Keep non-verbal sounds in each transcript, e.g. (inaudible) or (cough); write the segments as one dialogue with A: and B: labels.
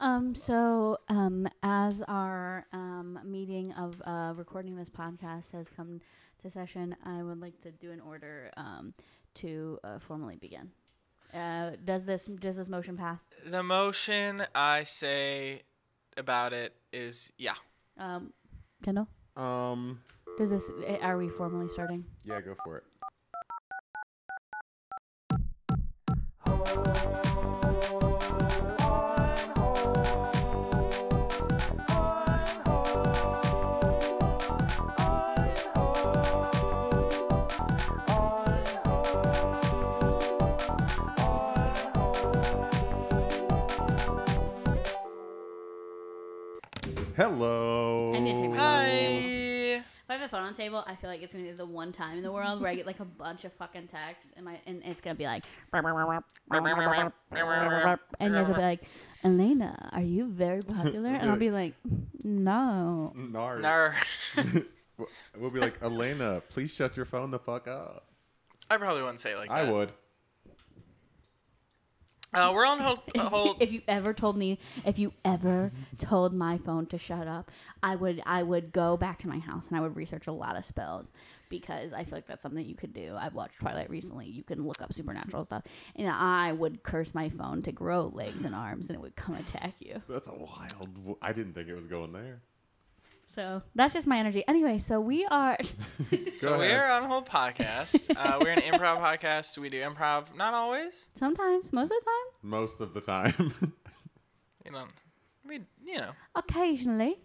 A: Um, so, um, as our um, meeting of uh, recording this podcast has come to session, I would like to do an order um, to uh, formally begin. Uh, does this does this motion pass?
B: The motion I say about it is yeah.
A: Um, Kendall,
C: Um,
A: does this eh, are we formally starting?
C: yeah, go for it. Hello.
A: I need to take my-
B: Hi.
A: If I have a phone on the table, I feel like it's gonna be the one time in the world where I get like a bunch of fucking texts, and my and it's gonna be like, and you guys will be like, Elena, are you very popular? And I'll be like, No.
C: Nard.
B: Nar. (laughs)
C: We'll- We'll be like, Elena, please shut your phone the fuck up.
B: I probably wouldn't say it like
C: I
B: that.
C: would.
B: Uh, we're on
C: (laughs)
B: hold.
A: (laughs)
B: uh, (laughs) hold.
A: If you ever told me, if you ever told my phone to shut up, I would I would go back to my house and I would research a lot of spells because I feel like that's something you could do. I watched Twilight recently. You can look up supernatural stuff, and I would curse my phone to grow legs and arms, and it would come attack you.
C: That's a wild. w- I didn't think it was going there.
A: So that's just my energy. Anyway, so we are. (laughs)
B: so we are on hold podcast. Uh, we're an improv podcast. We do improv. Not always.
A: Sometimes, most of the time,
C: Most of the time. (laughs)
B: You know. We you know
A: occasionally,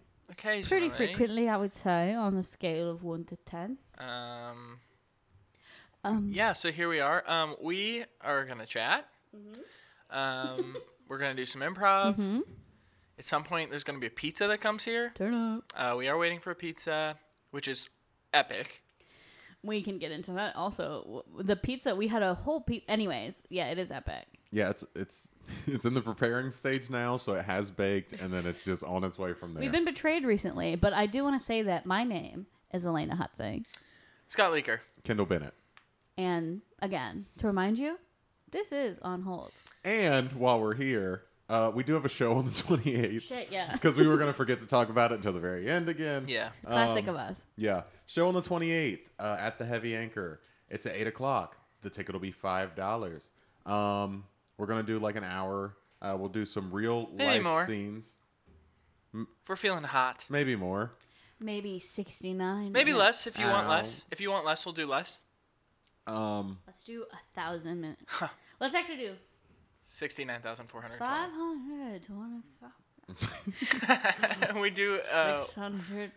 A: pretty
B: occasionally.
A: frequently, I would say, on a scale of one to ten.
B: Um.
A: Um,
B: Yeah. So here we are. Um. We are gonna chat.
C: Mm-hmm.
B: Um. we're gonna do some improv. At some point, there's gonna be a pizza that comes here.
A: Turn up.
B: Uh, we are waiting for a pizza, which is epic.
A: We can get into that. Also, W- the pizza we had a whole pizza. Anyways, yeah, it is epic.
C: yeah, it's it's it's in the preparing stage now, so it has baked, and then it's just on its way from there.
A: We've been betrayed recently, but I do want to say that my name is Elena Hutzing,
B: Scott Leaker.
C: Kendall Bennett.
A: and again, to remind you, this is on hold.
C: And while we're here, uh, we do have a show on the twenty eighth
A: Shit,
B: (laughs)
A: yeah,
C: because we were gonna forget to talk about it until the very end again.
B: Yeah. Um,
A: classic of us.
C: Yeah. Show on the 28th uh, at the Heavy Anchor. It's at 8 o'clock. The ticket will be $5. Um, we're going to do like an hour. Uh, we'll do some real life
B: more.
C: scenes.
B: If we're feeling hot.
C: Maybe more.
A: Maybe sixty nine.
B: Maybe less if you want
C: Ow.
A: Uh,
B: less. If you want less, we'll do less.
C: Um,
A: Let's do a thousand minutes. Let's actually do
B: 69,400.
A: five hundred twenty five.
B: (laughs) we do uh,
A: 600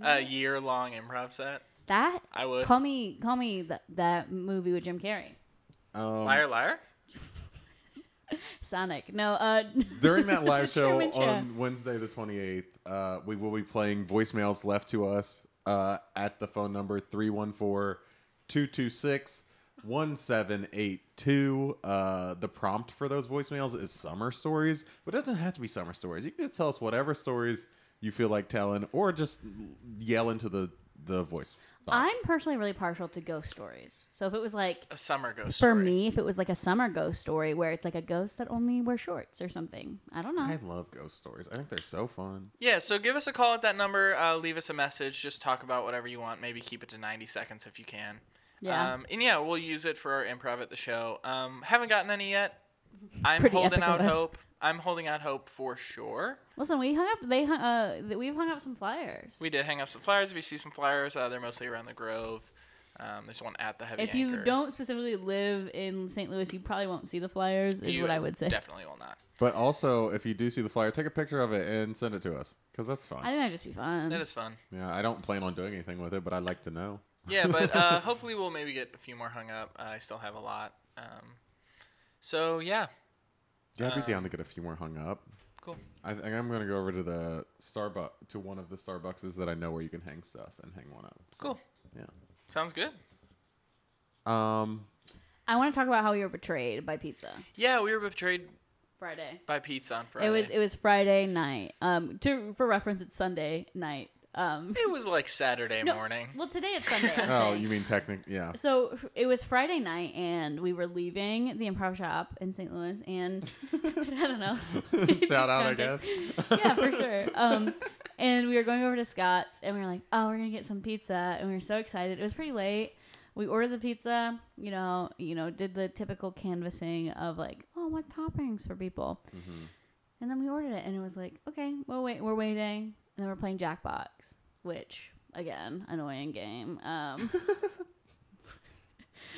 B: a year long improv set.
A: that
B: I would.
A: call me call me th- that movie with jim carrey
C: um,
B: liar, liar.
A: sonic no uh (laughs)
C: during that live show
A: Truman Show.
C: on Wednesday, the 28th, uh, we will be playing voicemails left to us uh, at the phone number 314 226 1782. Uh, The prompt for those voicemails is summer stories, but it doesn't have to be summer stories. You can just tell us whatever stories you feel like telling or just yell into the, the voice. Box.
A: i'm personally really partial to ghost stories so if it was like
B: A summer ghost
A: for
B: story.
A: me if it was like a summer ghost story where it's like a ghost that only wears shorts or something i don't know
C: I love ghost stories. I think they're so fun.
B: Yeah, so give us a call at that number. Uh, leave us a message. Just talk about whatever you want. Maybe keep it to 90 seconds if you can.
A: Yeah.
B: Um, and yeah, we'll use it for our improv at the show. Um, haven't gotten
A: (laughs)
B: any yet. I'm
A: Pretty
B: holding
A: epic of
B: out
A: us.
B: hope. I'm holding out hope for sure.
A: listen we hung up they hung, uh th- we've hung up some flyers
B: We did hang up some flyers. If you see some flyers, uh, they're mostly around the Grove. Um, there's one at the Heavy
A: if you
B: Anchor.
A: don't specifically live in st louis you probably won't see the flyers is
B: You
A: what i would say
B: Definitely will not.
C: But also, if you do see the flyer, take a picture of it and send it to us because that's fun.
A: i think that'd just be fun
B: That is fun.
C: Yeah, I don't plan on doing anything with it, but I'd like to know.
B: Yeah,
A: (laughs)
B: but uh, hopefully we'll maybe get a few more hung up. I still have a lot. Um, so yeah,
C: Yeah, I'd be
B: Um,
C: down to get a few more hung up.
B: cool.
C: I think I'm gonna go over to the Starbucks to one of the Starbuckses that I know where you can hang stuff and hang one up. So,
B: Cool.
C: Yeah.
B: Sounds good.
C: Um.
A: i want to talk about how we were betrayed by pizza
B: Yeah, we were betrayed
A: friday
B: by pizza on Friday.
A: It was it was Friday night. Um, to for reference, it's Sunday night
B: (laughs)
A: Um,
B: It was like Saturday
A: no,
B: morning.
A: Well, today it's Sunday. I'm
C: Oh,
A: saying.
C: you mean technic? Yeah. (laughs)
A: So it was Friday night, and we were leaving the improv shop in St. Louis, and (laughs) I don't know. Just
C: Shout out, I
A: context.
C: guess.
A: yeah, for sure. Um, and we were going over to Scott's, and we were like, "Oh, we're gonna get some pizza," and we were so excited. It was pretty late. We ordered the pizza, you know, you know, did the typical canvassing of like, "Oh, what toppings for people?"
C: Mm-hmm.
A: And then we ordered it, and it was like, "Okay, well, wait, we're waiting." And then we're playing Jackbox, which again, annoying game.
C: (laughs)
A: Um,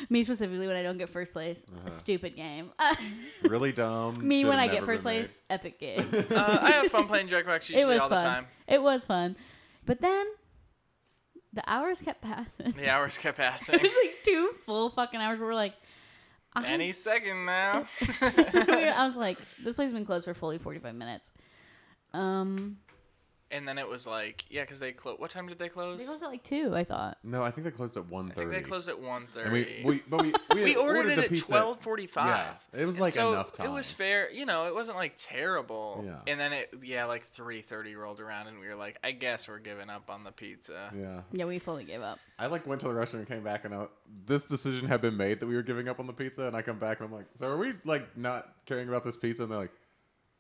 A: me specifically, when I don't get first place,
C: Uh-huh.
A: stupid game. (laughs)
C: Really dumb.
A: me
C: Should
A: when
C: have
A: I get
C: never
A: first
C: been
A: place, epic game.
C: (laughs)
B: Uh, I have fun playing Jackbox usually
A: it was
B: all
A: fun.
B: the time.
A: It was fun. But then the hours kept passing.
B: The hours kept
A: (laughs) it
B: passing.
A: was like two full fucking hours where we're like, I, (laughs)
B: Any second now. (laughs)
A: I was like, this place has been closed for fully 45 minutes. Um,
B: and then it was like, yeah, because they closed. What time did they close?
A: they closed at like two, I thought.
C: made. No, I think they closed at one
B: I think
C: thirty.
B: they closed at 1.30.
C: And we, we, but we, we,
B: we
C: had
B: ordered,
C: the
B: it at
C: pizza.
B: twelve forty five.
C: Yeah, it was, like, enough
B: It
C: time.
B: was fair, you know. It wasn't like terrible.
C: Yeah.
B: And then it, yeah, like three thirty rolled around, and we were like, I guess we're giving up on the pizza.
C: Yeah,
A: Yeah, we fully gave up.
C: I like went to the restaurant and came back, and I, this decision had been made that we were giving up on the pizza. And I come back and I'm like, "So are we like not caring about this pizza?" And they're like,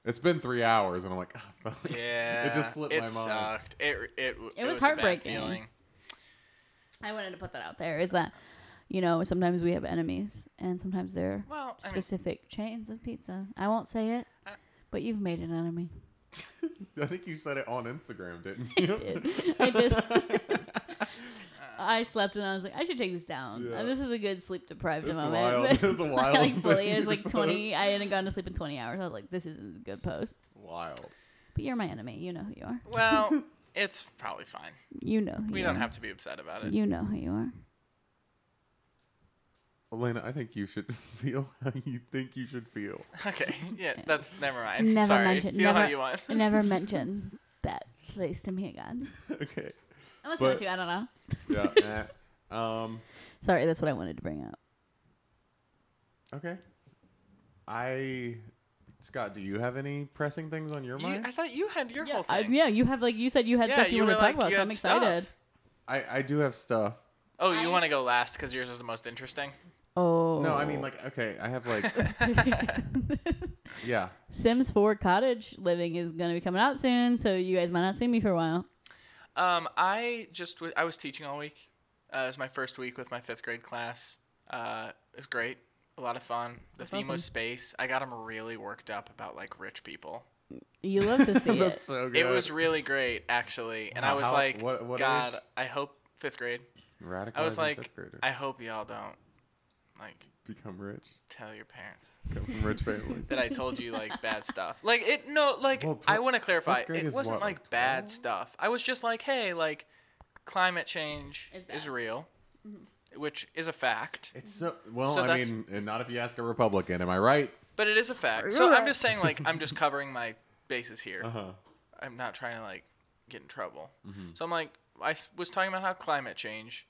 C: "It's been three hours," and I'm like, "Ah, fuck." (laughs)
B: Yeah,
C: it just slipped
B: it
C: my mind."
B: Sucked. It it
A: It was
B: a bad
A: heartbreaking.
B: feeling.
A: I wanted to put that out there is that, you know, sometimes we have enemies and sometimes they're
B: Well, I mean,
A: specific chains of pizza. I won't say it,
B: I-
A: but you've made an
B: (laughs)
A: enemy.
C: I think you said it on Instagram, didn't you?
A: I did. I
B: (laughs)
A: did. (laughs) I slept and I was like, I should take this down.
C: Yeah.
A: Uh, This is a good sleep deprived
C: It's
A: (laughs)
C: wild.
A: moment.
C: It's a wild
A: I like fully,
C: thing
A: it was
C: to
A: like
C: post.
A: twenty. I hadn't gone to sleep in twenty hours. I was like, this isn't a good post.
C: Wild.
A: But you're my enemy. You know who you are.
B: well,
C: (laughs)
B: it's probably fine.
A: You know who
B: We
A: you
B: don't
A: are.
B: have to be upset about it.
A: You know who you are.
C: (laughs) Elena, I think you should (laughs) feel how you think you should feel.
B: (laughs)
C: (laughs)
A: (laughs)
B: Okay, yeah, that's never mind.
A: Never
B: Sorry.
A: mention-
B: Feel how
A: never-
B: you want.
A: Never mention that place to me again.
C: okay.
A: Unless
C: But-
A: I do, I don't know.
C: (laughs) Yeah. eh. Um.
A: Sorry, that's what I wanted to bring up.
C: Okay. I, Scott, do you have any pressing things on your
B: (laughs) You-
C: mind?
B: I thought you had your
A: Yeah,
B: whole
A: I-
B: thing.
A: yeah, you have like you said you had
B: Yeah,
A: stuff you,
B: you
A: want to
B: were
A: talk
B: like,
A: about,
B: you
A: so
B: had
A: I'm
B: stuff.
A: excited.
C: I, I do have stuff.
B: Oh,
A: I-
B: you want to go last because yours is the most interesting.
A: Oh
C: No, I mean like (laughs) okay, I
B: (laughs)
C: have like yeah.
A: (laughs) Sims 4 Cottage Living is going to be coming out soon, so you guys might not see me for a while.
B: Um, I just w- I was teaching all week. Uh, it was my first week with my fifth grade class. Uh, it was great, a lot of fun. The
A: That's
B: theme was
A: awesome.
B: space. I got them really worked up about like rich people.
A: You love
C: (laughs)
A: to see it.
C: so
B: It was really great actually, and I
C: Wow,
B: was
C: how-
B: like,
C: what- what
B: God,
C: age?
B: I hope fifth grade.
C: radical.
B: I was like, I hope y'all don't like
C: become rich,
B: tell your parents
C: come from
B: (laughs)
C: rich families.
B: that I told you like
C: (laughs)
B: bad stuff. Like it no like
C: Well, tw-
B: I want to clarify
C: fifth grade
B: it
C: is
B: wasn't
C: what,
B: like
C: like,
B: bad
C: 12?
B: stuff. I was just like, hey, like climate change
A: It's
B: is
A: bad. Mm-hmm.
B: real, which is a fact.
C: It's so well.
B: So
C: I
B: that's-
C: mean, and not if you ask a Republican. Am I right?
B: But it is a fact. So I'm just saying like I'm
C: (laughs)
B: just covering my bases here.
C: Uh huh.
B: I'm not trying to like get in trouble.
C: Mm-hmm.
B: So I'm like I s- was talking about how climate change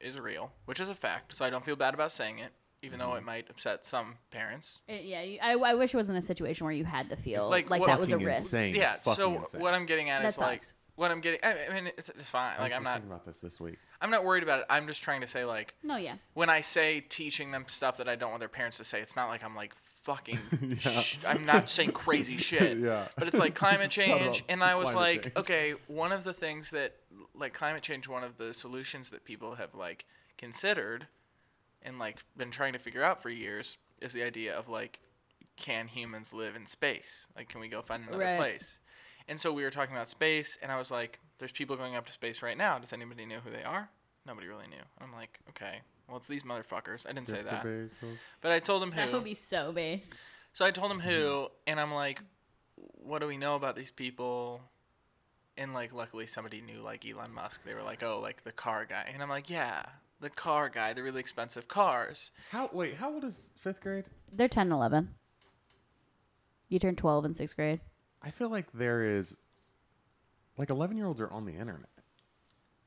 B: is real, which is a fact. So I don't feel bad about saying it, even
C: Mm-hmm.
B: though it might upset some parents.
A: It- Uh, yeah, you- I, I wish it wasn't a situation where you had to feel
B: It's
A: like,
B: like what-
A: that was a
C: Fucking
A: risk.
C: Insane.
B: Yeah.
C: It's fucking
B: So
C: insane.
B: what I'm getting at
A: That
B: is like
A: sucks.
B: what I'm getting. I I mean, it's, it's fine.
C: I was
B: Like I'm
C: just
B: not.
C: thinking about this
B: (laughs)
C: this week.
B: I'm not worried about it. I'm just trying to say like
A: No, yeah.
B: when I say teaching them stuff that I don't want their parents to say, it's not like I'm like fucking.
C: (laughs) Yeah.
B: sh- I'm not saying
C: (laughs)
B: crazy shit.
C: Yeah.
B: But it's
C: (laughs)
B: like climate
C: Just talk about
B: change, and I was
C: climate
B: like,
C: change.
B: okay, one of the things that like climate change, one of the solutions that people have like considered, and like been trying to figure out for years, is the idea of like, can humans live in space? Like, can we go find another
A: Right.
B: place? And so we were talking about space, and I was like, there's people going up to space right now. Does anybody know who they are? Nobody really knew. I'm like, okay, well, it's these motherfuckers. I didn't say that. But I told them
A: That
B: who.
A: would be so based.
B: so I told them
A: Mm-hmm.
B: who, and I'm like, what do we know about these people? And like, luckily somebody knew like Elon Musk. They were like, oh, like the car guy. And I'm like, yeah, the car guy, the really expensive cars.
C: How wait? How old is fifth grade?
A: They're 10 and 11. You turned 12 in sixth grade.
C: I feel like there is, like, eleven year olds are on the internet.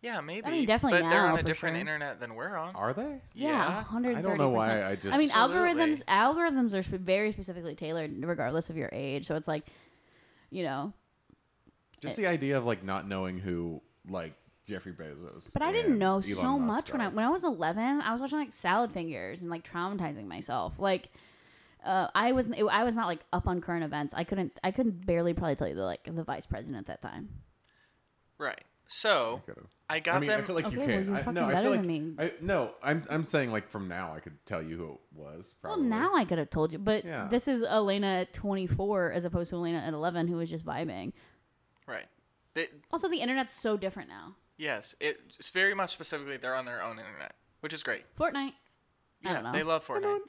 B: Yeah, maybe.
A: definitely
B: but they're
A: now,
B: on a
A: for
B: different
A: sure.
B: internet than we're on.
C: Are they?
A: Yeah, 130%.
C: I don't know why I just-
A: I mean,
B: Absolutely.
A: algorithms algorithms are sp- very specifically tailored regardless of your age. So it's like, you know,
C: Just the idea of like not knowing who like Jeffrey Bezos.
A: But I didn't
C: and
A: know
C: Elon
A: so
C: Musk
A: much when I
C: are.
A: when I was eleven. I was watching like Salad Fingers and like traumatizing myself. Like, uh, I was it, I was not like up on current events. I couldn't I could barely probably tell you the like the vice president at that time.
B: Right. So
C: could've.
B: I got
C: I mean,
B: them.
C: I feel like you
A: Okay, well,
C: can.
A: you're
C: I,
A: fucking
C: no, I
A: better
C: feel like
A: than me.
C: I, no. I'm I'm saying like from now, I could tell you who it was. Probably.
A: Well, now I could have told you, but
C: Yeah.
A: this is Elena at twenty four as opposed to Elena at eleven who was just vibing.
B: right. They,
A: Also, the internet's so different now.
B: yes, it, it's very much specifically they're on their own internet, which is great.
C: (laughs)
A: Fortnite. I
B: Yeah,
A: don't know.
B: they love Fortnite.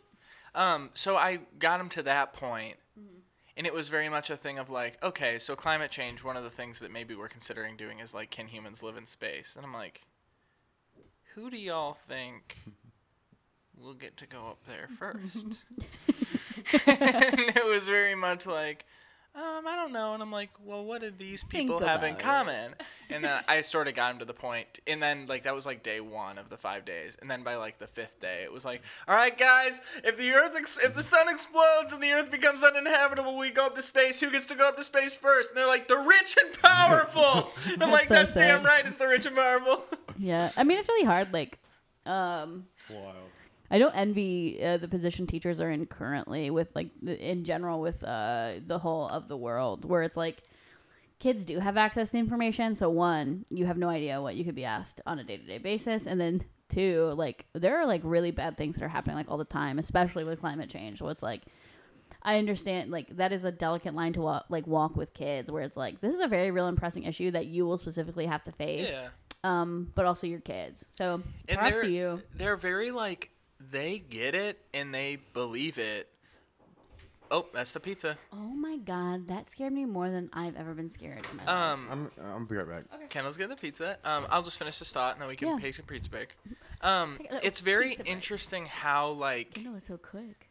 B: Um, so I got him to that point,
A: Mm-hmm.
B: and it was very much a thing of like, okay, so climate change. One of the things that maybe we're considering doing is like, can humans live in space? And I'm like, who do y'all
A: (laughs)
B: think will get to go up there first? and it was very much like. Um, I don't know, and I'm like, well, what do these people have in
A: about it.
B: common? And then I sort of got him to the point, and then like that was like day one of the five days, and then by like the fifth day, it was like, all right, guys, if the Earth, ex- if the sun explodes and the Earth becomes uninhabitable, we go up to space. Who gets to go up to space first? And they're like, the rich and powerful.
A: (laughs)
B: I'm like,
A: so
B: that's
A: sad.
B: damn right, it's the rich and
A: (laughs)
B: powerful.
A: Yeah, I mean it's really hard. Like, um,
C: Wild.
A: I don't envy uh, the position teachers are in currently with like the, in general with uh, the whole of the world where it's like kids do have access to information. So one, you have no idea what you could be asked on a day to day basis, and then two, like there are like really bad things that are happening like all the time, especially with climate change. So it's like I understand like that is a delicate line to walk like walk with kids where it's like this is a very real and pressing issue that you will specifically have to face.
B: Yeah.
A: Um, but also your kids. So props
B: they're,
A: to you.
B: They're very like they get it and they believe it. Oh, that's the pizza.
A: Oh my god, that scared me more than I've ever been scared in Oh my life.
B: Um,
C: I'm I'm be right back.
B: Kendall's getting the pizza. Um, I'll just finish this thought, and then we can
A: Yeah.
B: take some pizza break. Um,
A: Take a little
B: it's very
A: pizza break.
B: interesting how like
A: I know it's so quick.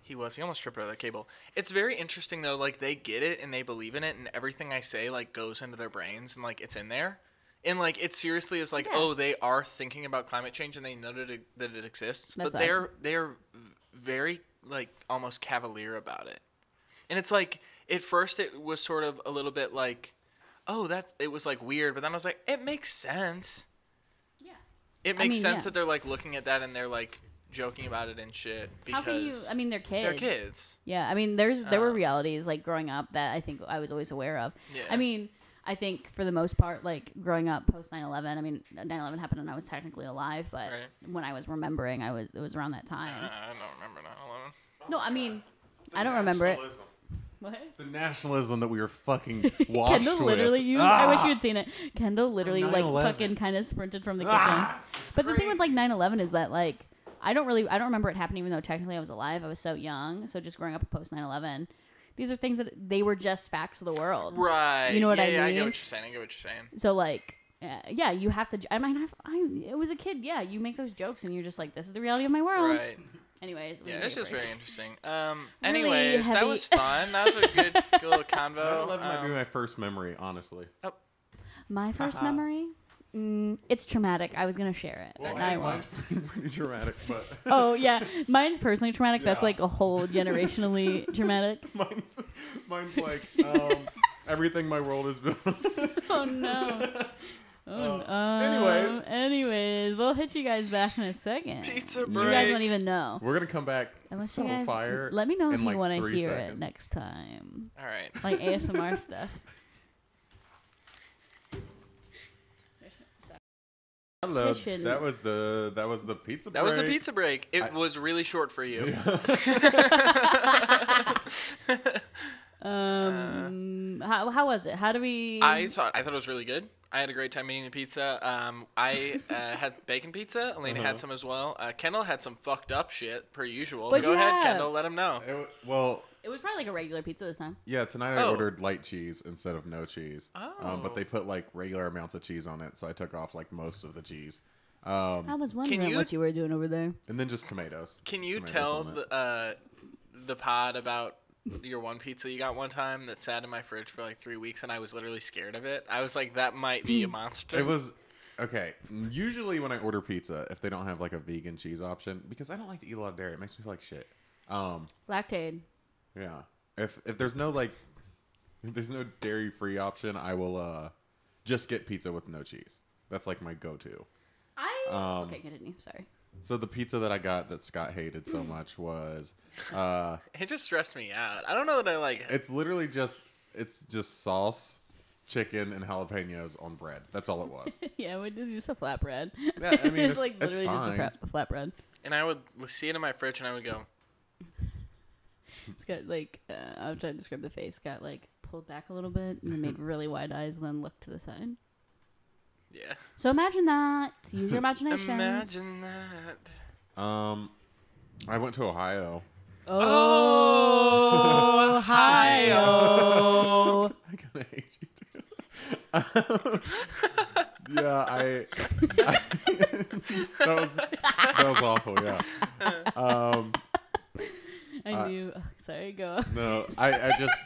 B: he was. He almost tripped over the cable. It's very interesting though. Like they get it and they believe in it, and everything I say like goes into their brains and like it's in there. And like it seriously is like
A: Yeah.
B: oh they are thinking about climate change and they know that it, that it exists,
A: That's
B: but they're they're v- very like almost cavalier about it. And it's like at first it was sort of a little bit like oh that it was like weird, but then I was like it makes sense.
A: Yeah.
B: It
A: I
B: makes
A: mean,
B: sense
A: yeah.
B: that they're like looking at that and they're like joking about it and shit because
A: How can you I mean they're kids.
B: they're kids.
A: Yeah, I mean there's there were
B: Um,
A: realities like growing up that I think I was always aware of.
B: Yeah.
A: I mean, I think for the most part like growing up post 9/11, I mean 9/11 happened when I was technically alive, but
B: Right. Uh-huh.
A: when I was remembering, I was it was around that time.
B: I don't remember 9 11.
A: no, I mean I don't remember it.
C: Nationalism.
A: What?
C: The nationalism that we were fucking
A: (laughs)
C: washed
A: Kendall
C: with. Ah!
A: literally used. I wish you had seen it. Kendall literally like
C: 9/11.
A: fucking kind of sprinted from the kitchen.
C: Ah! It's
A: But the thing with
C: crazy.
A: like 9/11 is that like I don't really I don't remember it happening even though technically I was alive. I was so young. So just growing up post 9/11, these are things that they were just facts of the world.
B: Right.
A: You know what
B: yeah,
A: I
B: yeah, I get
A: mean?
B: what you're saying. I get what you're saying.
A: So like uh, yeah, you have to. j- I mean, I've, I it was a kid. Yeah, you make those jokes and you're just like, this is the reality of my world. (laughs)
B: Right.
A: Anyways, we
B: Yeah,
A: need to
B: it's
A: take a
B: just
A: break.
B: very interesting. Um.
A: Really
B: Anyways, that
A: heavy-
B: was fun. That was
A: (laughs)
B: a good, good little convo.
C: 9/11 might be
B: Um,
C: my first memory, honestly.
B: oh,
A: My 1st
B: Uh-huh.
A: memory. Mm, it's traumatic. I was gonna share it.
C: Well,
A: but
C: I
A: I
C: think
A: won't.
C: mine's (laughs) pretty, pretty dramatic, but
A: (laughs) oh yeah, mine's personally traumatic. That's
C: Yeah.
A: like a whole generationally
C: (laughs)
A: traumatic.
C: (laughs) mine's mine's like um, everything my world is built. on.
A: (laughs) Oh
C: (laughs)
A: no. Oh,
C: Uh,
A: no.
C: anyways.
A: anyways, we'll hit you guys back in a second.
B: pizza
A: You
B: break.
A: guys won't even know.
C: We're gonna come back
A: Unless
C: so
A: you guys
C: fire.
A: let me know if
C: in
A: you
C: like
A: want to
C: three
A: hear it
C: seconds.
A: next time,
B: All right.
A: like
C: (laughs)
A: ASMR stuff.
C: Hello.
A: Petition.
C: That was the that was the pizza.
B: That was the
C: break.
B: pizza break. It
C: I-
B: was really short for you.
A: (laughs) Um,
C: Uh.
A: how, how was it? How do we?
B: (laughs) I thought I thought it was really good. I had a great time eating the pizza. Um, I uh, had bacon pizza. Elena
C: Uh-huh.
B: had some as well. Uh, Kendall had some fucked up shit per usual.
A: What'd
B: Go
A: you
B: ahead,
A: have?
B: Kendall. Let him know.
C: (laughs) It w- well,
A: it was probably like a regular pizza this time.
C: yeah. Tonight I
B: Oh.
C: ordered light cheese instead of no cheese. Um,
B: Oh.
C: but they put like regular amounts of cheese on it, so I took off like most of the cheese. Um,
A: I was wondering
B: you-
A: what you were doing over there.
C: and then just tomatoes.
B: Can you
C: Tomatoes
B: tell
C: on it.
B: the uh, the pod about your one pizza you got one time that sat in my fridge for like three weeks and I was literally scared of it? I was like, that might be a monster.
C: Hmm. It was okay. Usually when I order pizza, if they don't have like a vegan cheese option, because I don't like to eat a lot of dairy, it makes me feel like shit. Um,
A: Lactaid.
C: yeah. If if there's no like, if there's no dairy free option, I will uh, just get pizza with no cheese. That's like my go-to.
A: I
C: Um,
A: okay, continue. Sorry. (laughs)
C: So the pizza that I got that Scott hated so much was uh
B: It just stressed me out. I don't know that I like it.
C: it's literally just it's just sauce, chicken and jalapenos on bread. That's all it was.
A: yeah, it was just a flatbread.
C: Yeah, I mean,
A: (laughs)
C: it's-
A: it's like
C: it's
A: literally
C: fine.
A: just a fra- flatbread.
B: And I would l- see it in my fridge and I would go,
A: It's got like uh, I'm trying to describe the face. Got like pulled back a little bit and then
C: (laughs)
A: made really wide eyes and then looked to the side.
B: yeah.
A: So imagine that. Use
C: (laughs)
A: your imagination.
B: Imagine that.
C: Um I went to Ohio. (laughs)
A: (laughs) Oh, Ohio.
C: I kind of hate you too. (laughs) yeah, I, I (laughs) that was that was awful. Yeah, um, oh.
A: I knew.
C: Uh,
A: (laughs) ugh, sorry, go.
C: no, I, I just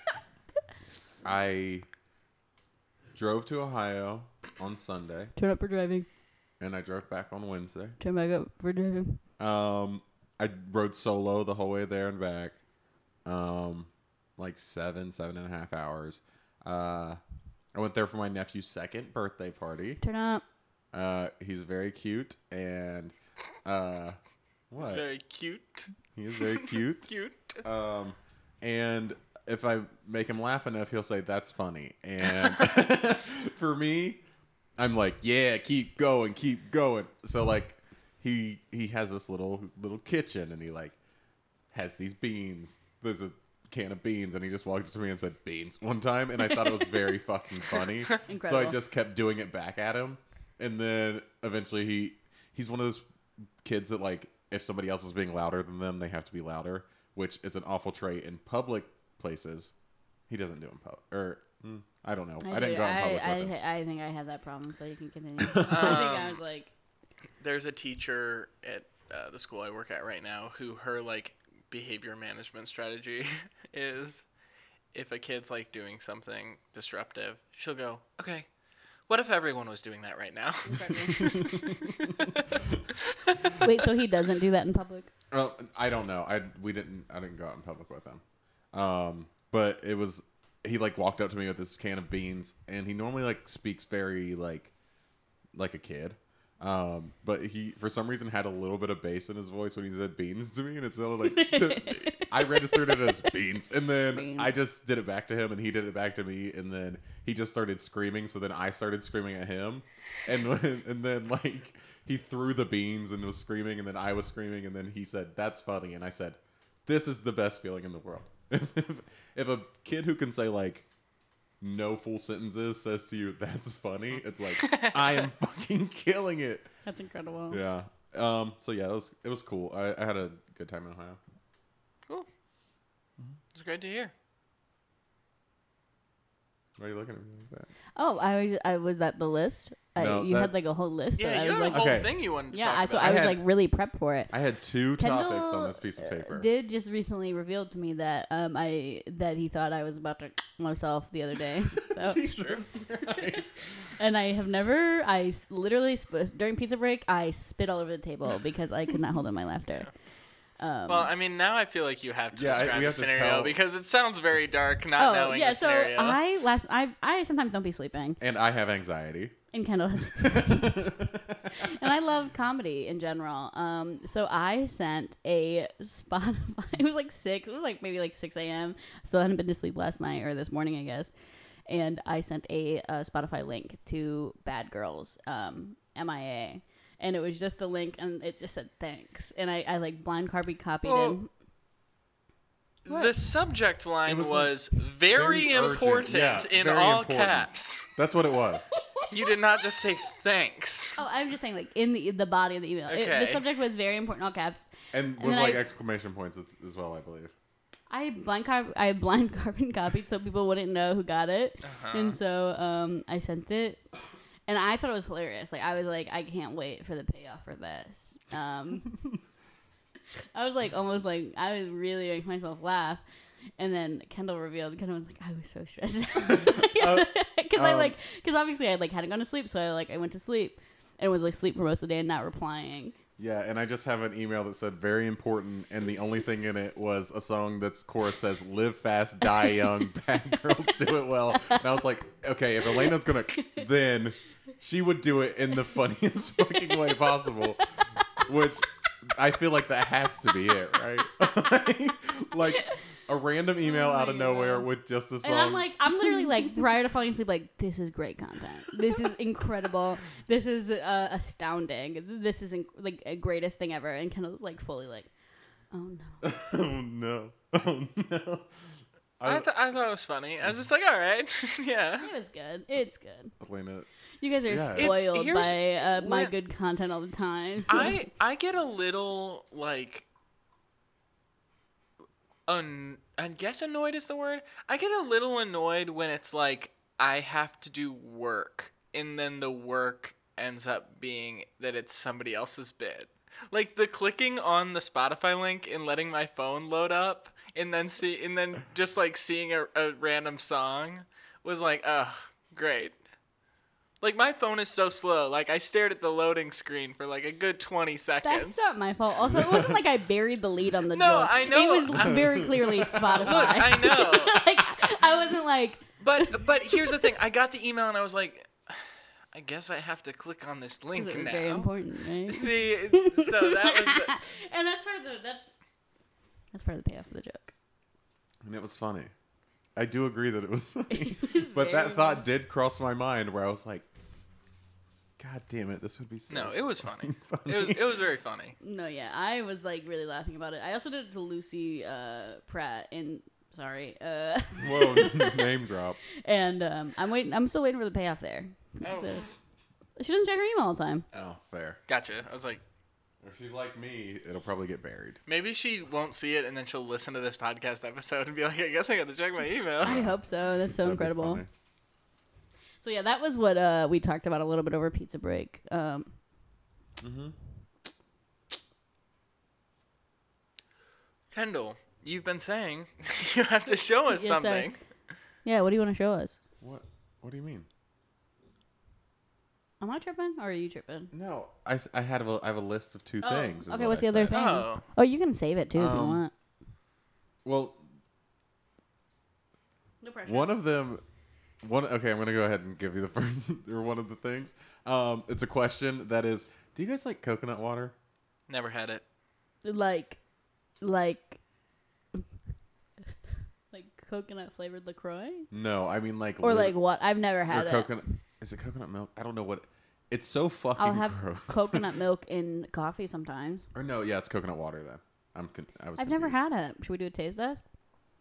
C: I drove to Ohio on Sunday
A: Turn up for driving.
C: and I drove back on Wednesday.
A: Turn back up for driving.
C: Um, I rode solo the whole way there and back. Um, like seven, seven and a half hours. Uh, I went there for my nephew's second birthday party.
A: Turn up.
C: Uh, he's very cute and uh,
B: It's
C: what?
B: very cute.
C: he is
B: (laughs)
C: very cute.
B: Cute.
C: Um, and if I make him laugh enough, he'll say that's funny. And (laughs) for me, I'm like, yeah, keep going, keep going. So like, he he has this little little kitchen, and he like has these beans. There's a can of beans, and he just walked up to me and said beans one time, and I thought it was very fucking funny. So I
A: Incredible.
C: just kept doing it back at him, and then eventually he he's one of those kids that like if somebody else is being louder than them, they have to be louder, which is an awful trait in public places. He doesn't do it in public, or mm, I don't know. I, didn't
A: do-
C: go out in public.
A: I,
C: with him.
A: I, I think I had that problem, so you can
C: (laughs)
A: continue. I think I
B: Um,
A: was like,
B: There's a teacher at uh, the school I work at right now who her like behavior management strategy (laughs) is if a kid's like doing something disruptive, she'll go, "Okay, what if everyone was doing that right (laughs) now?"
A: wait, so he doesn't do that in public?
C: Well, I don't know. I we didn't. I didn't go out in public with him. Um, but it was he like walked up to me with this can of beans, and he normally like speaks very like like a kid. Um, but he for some reason had a little bit of bass in his voice when he said beans to me, and it sounded like to, I registered it as beans, and then I just did it back to him, and he did it back to me, and then he just started screaming. So then I started screaming at him, and (laughs) when, and then like he threw the beans and was screaming, and then I was screaming, and then he said, "That's funny," and I said, "This is the best feeling in the world." (laughs) if, if a kid who can say like no full sentences says to you, "That's funny," it's like I am fucking killing it.
A: That's incredible.
C: Yeah. Um. So yeah, it was it was cool. I, I had a good time in Ohio.
B: cool. It's great to hear.
C: Why are you looking at me like that?
A: Oh, I was, I was that the list?
C: No,
A: I, you
C: that-
A: had like a whole list
B: Yeah,
A: that I
B: you
A: was
B: had a
A: like,
B: whole
C: Okay.
B: thing you wanted to
A: yeah, I,
B: talk
A: so
B: about.
A: I was
C: had-
A: like really prepped for it.
C: I had two
A: Kendall,
C: topics on this piece of paper. (laughs)
A: Did just recently revealed to me that um I that he thought I was about to myself the other
B: (laughs)
A: day. So
C: Jesus Christ.
A: and I have never I s- literally sp- during pizza break I spit all over the
B: (laughs)
A: table because I could not hold in my laughter. Um,
B: well, I mean, now I feel like you have to
C: Yeah,
B: describe
C: I- we
B: the
C: have to
B: scenario
C: tell-
B: because it sounds very dark
A: oh
B: not knowing
A: yeah,
B: the
A: so
B: scenario.
A: I last I I sometimes don't be sleeping
C: (laughs) And I have anxiety. (laughs)
A: and Kendall
B: (laughs)
A: has and I love comedy in general. Um, so I sent a Spotify. (laughs) It was like six. It was like maybe like six a.m. Still hadn't been to sleep last night or this morning, I guess. And I sent a, uh Spotify link to Bad Girls, um, MIA, and it was just the link, and it just said thanks. And I, I like blind copy copied
B: Well,
A: in.
B: The subject line
C: It was
B: was,
C: a-
B: very,
C: very urgent.
B: important
C: Yeah,
B: in
C: very
B: all
C: important.
B: caps.
C: That's what it was.
B: You did not just say thanks.
A: Oh, I'm just saying, like in the the body of the email, It-
B: Okay.
A: the subject was very important, all caps.
C: And with
A: then
C: like
A: I-
C: exclamation points as- as well, I believe.
A: I blind cop- I blind (laughs) carbon copied so people wouldn't know who got it, and so um, I sent it, and I thought it was hilarious. Like I was like, I can't wait for the payoff for this. Um, I was like almost like I would really make myself laugh, and then Kendall revealed. Kendall was like, I was so stressed (laughs) because I
C: um,
A: like because obviously I like hadn't gone to sleep, so I like I went to sleep and was like sleep for most of the day and not replying.
C: Yeah, and I just have an email that said very important, and the only thing in it was a song that's chorus says "Live fast, die young, (laughs) bad girls do it well." And I was like, okay, if
A: (laughs)
C: Elena's gonna, then she would do it in the funniest (laughs) fucking way possible, which I feel like that has to be it, right? (laughs) like a random email
A: Oh
C: out of
A: my God.
C: nowhere with just a song.
A: And I'm like, I'm literally like, prior to falling asleep, like, this is great content. This is incredible. This is uh, astounding. This is inc- like a greatest thing ever. And Kendall was like, fully like, oh no.
C: (laughs) oh no, oh no.
B: I, th- I thought it was funny. I was just like, all right, (laughs) yeah.
A: It was good. It's good.
C: Elena,
A: You guys are
C: Yeah.
B: It's-
A: spoiled
B: here's-
A: by uh, my
B: we're-
A: good content all the time. so-
B: I I get a little like un I guess annoyed is the word. I get a little annoyed when it's like I have to do work and then the work ends up being that it's somebody else's bit. Like the clicking on the Spotify link and letting my phone load up and then see and then just like seeing a, a random song was like, ugh, great. Like my phone is so slow. Like I stared at the loading screen for like a good twenty seconds.
A: That's not my fault. Also, it wasn't like I buried the lead on the
B: (laughs) No,
A: joke.
B: I know.
A: It was
B: (laughs)
A: very clearly Spotify.
B: Look, I know.
A: (laughs) like, I wasn't like,
B: But but here's the thing. I got the email and I was like, I guess I have to click on this link
A: because it was
B: now.
A: very important,
B: (laughs)
A: right?
B: See, it- so that was the,
A: and that's part of the that's that's part of the payoff of the joke.
C: and it was funny. I do agree that it was (laughs) funny,
A: was
C: but
A: very
C: that thought did cross my mind where I was like, "God damn it, this would be so."
B: no. It was funny.
C: funny.
B: It was it was very funny.
A: No, yeah, I was like really laughing about it. I also did it to Lucy uh, Pratt and sorry, uh,
C: (laughs)
A: (laughs)
C: Whoa, (laughs) name drop.
A: and um, I'm waiting. I'm still waiting for the payoff there.
B: Oh.
A: So, she doesn't check her email all the time.
C: Oh, fair.
B: Gotcha. I was like,
C: If she's like me, it'll probably get buried.
B: maybe she won't see it and then she'll listen to this podcast episode and be like, I guess I got to check my
A: I (laughs)
B: email.
A: hope so. That's so
C: That'd be
A: incredible.
C: funny.
A: So yeah, that was what uh, we talked about a little bit over pizza break. Um,
B: Kendall, you've been saying (laughs) you have to show us
A: Yes, I-
B: something.
A: yeah, what do you want to show us?
C: What? What do you mean?
A: Am I tripping or are you tripping?
C: No, I, s- I had a, I have a list of two
A: Oh,
C: things. is
A: okay,
C: what
A: what's
C: I
A: the other
C: said.
A: thing?
B: Oh.
A: Oh, you can save it too if you
C: Um,
A: want.
C: Well,
A: No pressure.
C: one of them. One okay, I'm gonna go ahead and give you the (laughs) first or one of the things. Um, it's a question that is: Do you guys like coconut water?
B: Never had it.
A: like like (laughs) like coconut flavored LaCroix?
C: No, I mean like
A: Or
C: lit-
A: like what? I've never
C: or
A: had it.
C: coconut. Is it coconut milk? I don't know what. It's so fucking
A: I'll have
C: gross. (laughs)
A: coconut milk in coffee sometimes.
C: or no, yeah, it's coconut water then. I'm. Con- I was.
A: I've never
C: confused.
A: had it. Should we do a taste test?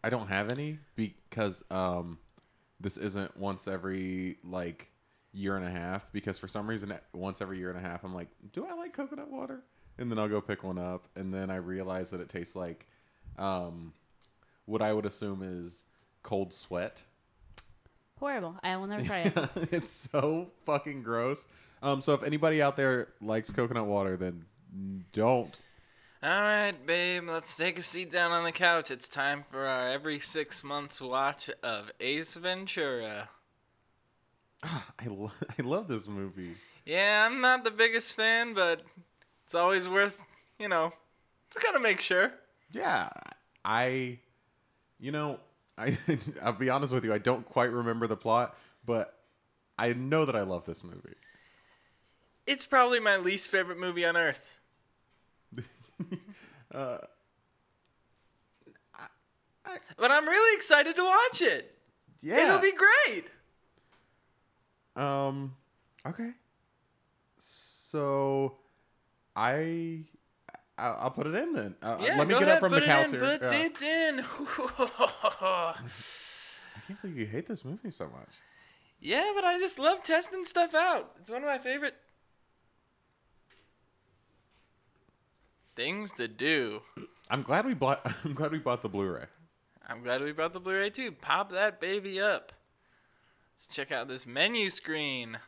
C: I don't have any because um, this isn't once every like year and a half. Because for some reason, once every year and a half, I'm like, do I like coconut water? And then I'll go pick one up, and then I realize that it tastes like um, what I would assume is cold sweat.
A: Horrible. I will never try it.
C: (laughs) it's so fucking gross. Um, so if anybody out there likes coconut water, then don't. (sighs)
B: All right, babe, let's take a seat down on the couch. It's time for our every six months watch of Ace Ventura.
C: I, lo- (laughs) I love this movie.
B: Yeah, I'm not the biggest fan, but it's always worth, you know, just gotta make sure.
C: Yeah, I, you know, (laughs) I I'll be honest with you, I don't quite remember the plot, but I know that I love this movie. (laughs)
B: It's probably my least favorite movie on earth.
C: Uh, I-
B: But I'm really excited to watch it.
C: Yeah.
B: It'll be great.
C: um. Okay. So, I. I- I'll put it in then. Uh,
B: Yeah,
C: let me
B: go
C: get
B: ahead,
C: up from
B: put
C: the
B: it
C: couch
B: in,
C: here.
B: Put
C: Yeah.
B: it in.
C: I can't believe you hate this movie so much.
B: (laughs) yeah, but I just love testing stuff out. It's one of my favorite things to do.
C: I'm glad we bought. (laughs) I'm glad we bought the Blu-ray.
B: I'm glad we brought the Blu-ray too. Pop that baby up. Let's check out this menu screen.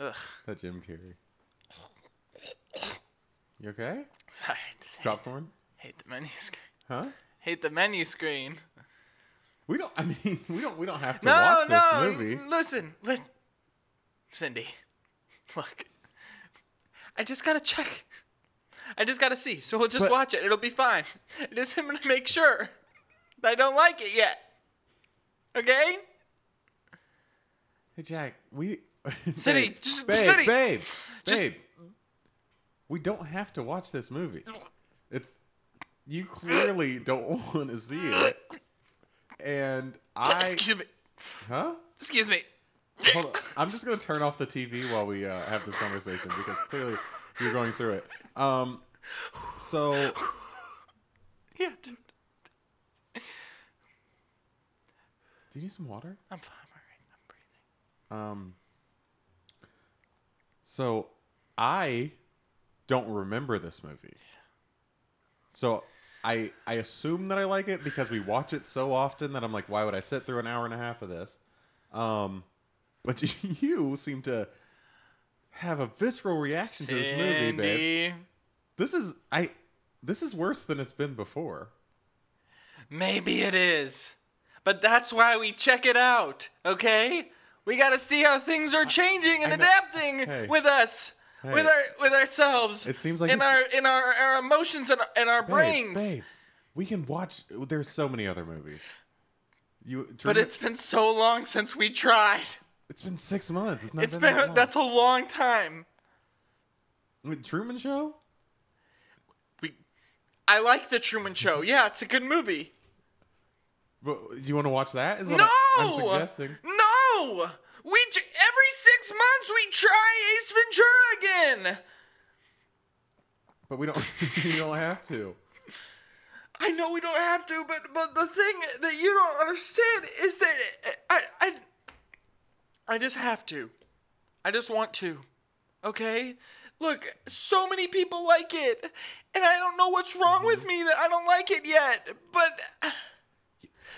B: Ugh, (laughs)
C: That Jim Carrey. You okay?
B: sorry. I just hate,
C: Popcorn?
B: hate the menu screen.
C: Huh?
B: Hate the menu screen.
C: We don't. I mean, (laughs) we don't. We don't have to
B: no,
C: watch
B: no.
C: this movie.
B: Listen, listen, Cindy. Look, I just gotta check. I just gotta see. So we'll just
C: But-
B: watch it. It'll be fine. I just am gonna make sure that I don't like it yet. Okay?
C: Hey Jack, we
B: City,
C: babe,
B: just-
C: babe,
B: City.
C: babe,
B: Just-
C: babe. We don't have to watch this movie. It's you clearly don't (laughs) want to see it, and I
B: Excuse me.
C: huh?
B: Excuse me.
C: Hold on. I'm just gonna turn off the TV while we uh, have this conversation because clearly you're going through it. Um, so
B: Yeah, dude.
C: do you need some water?
B: I'm fine. I'm alright. I'm breathing.
C: Um, so I don't remember this movie. So I I assume that I like it because we watch it so often that I'm like, why would I sit through an hour and a half of this? Um, but (laughs) you seem to have a visceral reaction to this movie, babe.
B: Sandy,
C: This is I this is worse than it's been before.
B: Maybe it is. But that's why we check it out, okay? We gotta see how things are changing and
C: I know-
B: adapting
C: Hey.
B: with us. With
C: Hey.
B: our with ourselves.
C: It seems like
B: in
C: you-
B: our in our, our emotions and our, and our
C: Babe,
B: brains.
C: babe, we can watch there's so many other movies. You
B: But
C: dream-
B: it's been so long since we tried.
C: It's been six months. It's not.
B: It's
C: been,
B: been
C: that long.
B: that's a long time.
C: I mean, Truman Show.
B: We I like the Truman
C: (laughs)
B: Show. Yeah, it's a good movie.
C: But do you want to watch that? Is what
B: No!
C: I, am suggesting.
B: No! We j- every 6 months we try Ace Ventura again.
C: But we don't. you don't (laughs) have to.
B: I know we don't have to, but but the thing that you don't understand is that I I I just have to. I just want to. Okay? Look, so many people like it, and I don't know what's wrong
C: Mm-hmm.
B: with me that I don't like it yet. But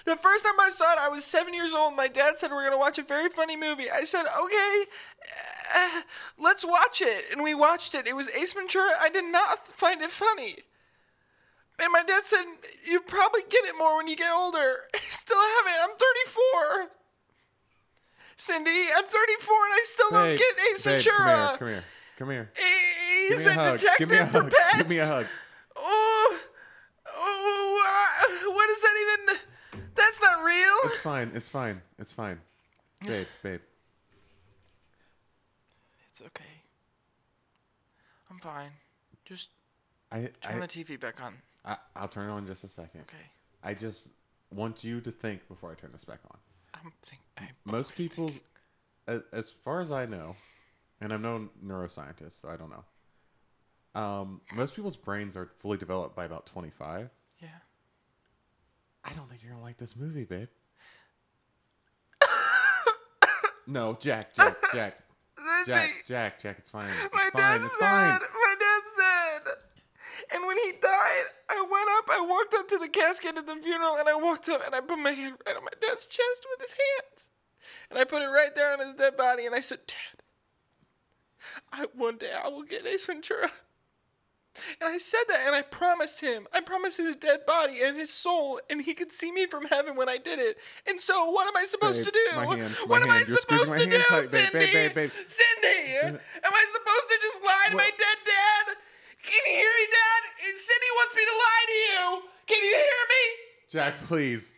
B: the first time I saw it, I was seven years old. My dad said we're gonna watch a very funny movie. I said, okay, uh, let's watch it, and we watched it. It was Ace Ventura. I did not find it funny. And my dad said, You probably get it more when you get older. (laughs) I still haven't. I'm 34. Cindy, I'm 34 and I still don't
C: Babe,
B: get Ace
C: babe,
B: Ventura.
C: Come here. Come here. Come here.
B: He-
C: Give
B: He's
C: me a
B: a
C: hug.
B: detective
C: Give me a
B: for
C: hug.
B: pets.
C: Give me a hug.
B: Oh, oh, uh, what is that even? That's not real.
C: It's fine. It's fine. It's fine. Babe, babe.
B: It's okay. I'm fine. Just
C: I,
B: turn
C: I,
B: the TV back on.
C: I I'll turn it on in just a second.
B: Okay.
C: I just want you to think before I turn this back on.
B: I'm think. I,
C: most people's as, as far as i know and i'm no neuroscientist so i don't know um, most people's brains are fully developed by about 25
B: yeah.
C: i don't think you're gonna like this movie babe no jack
B: (laughs)
C: jack jack jack jack jack it's fine it's
B: My
C: fine
B: dad
C: it's
B: said, my
C: fine
B: dad said. And when he died, I went up, I walked up to the casket at the funeral, and I walked up and I put my hand right on my dad's chest with his hands. And I put it right there on his dead body, and I said, Dad, I one day I will get Ace Ventura. And I said that, and I promised him. I promised his dead body and his soul, and he could see me from heaven when I did it. And so, what am I supposed
C: Babe,
B: to do?
C: my hand, my
B: what am I
C: hand. You're squeezing
B: supposed
C: my
B: to do,
C: hand tight, babe,
B: Cindy?
C: babe, babe, babe.
B: Cindy, am I supposed to just lie to my
C: Well-
B: dead dad? Can you hear me, Dad? Cindy wants me to lie to you. Can you hear me,
C: jack please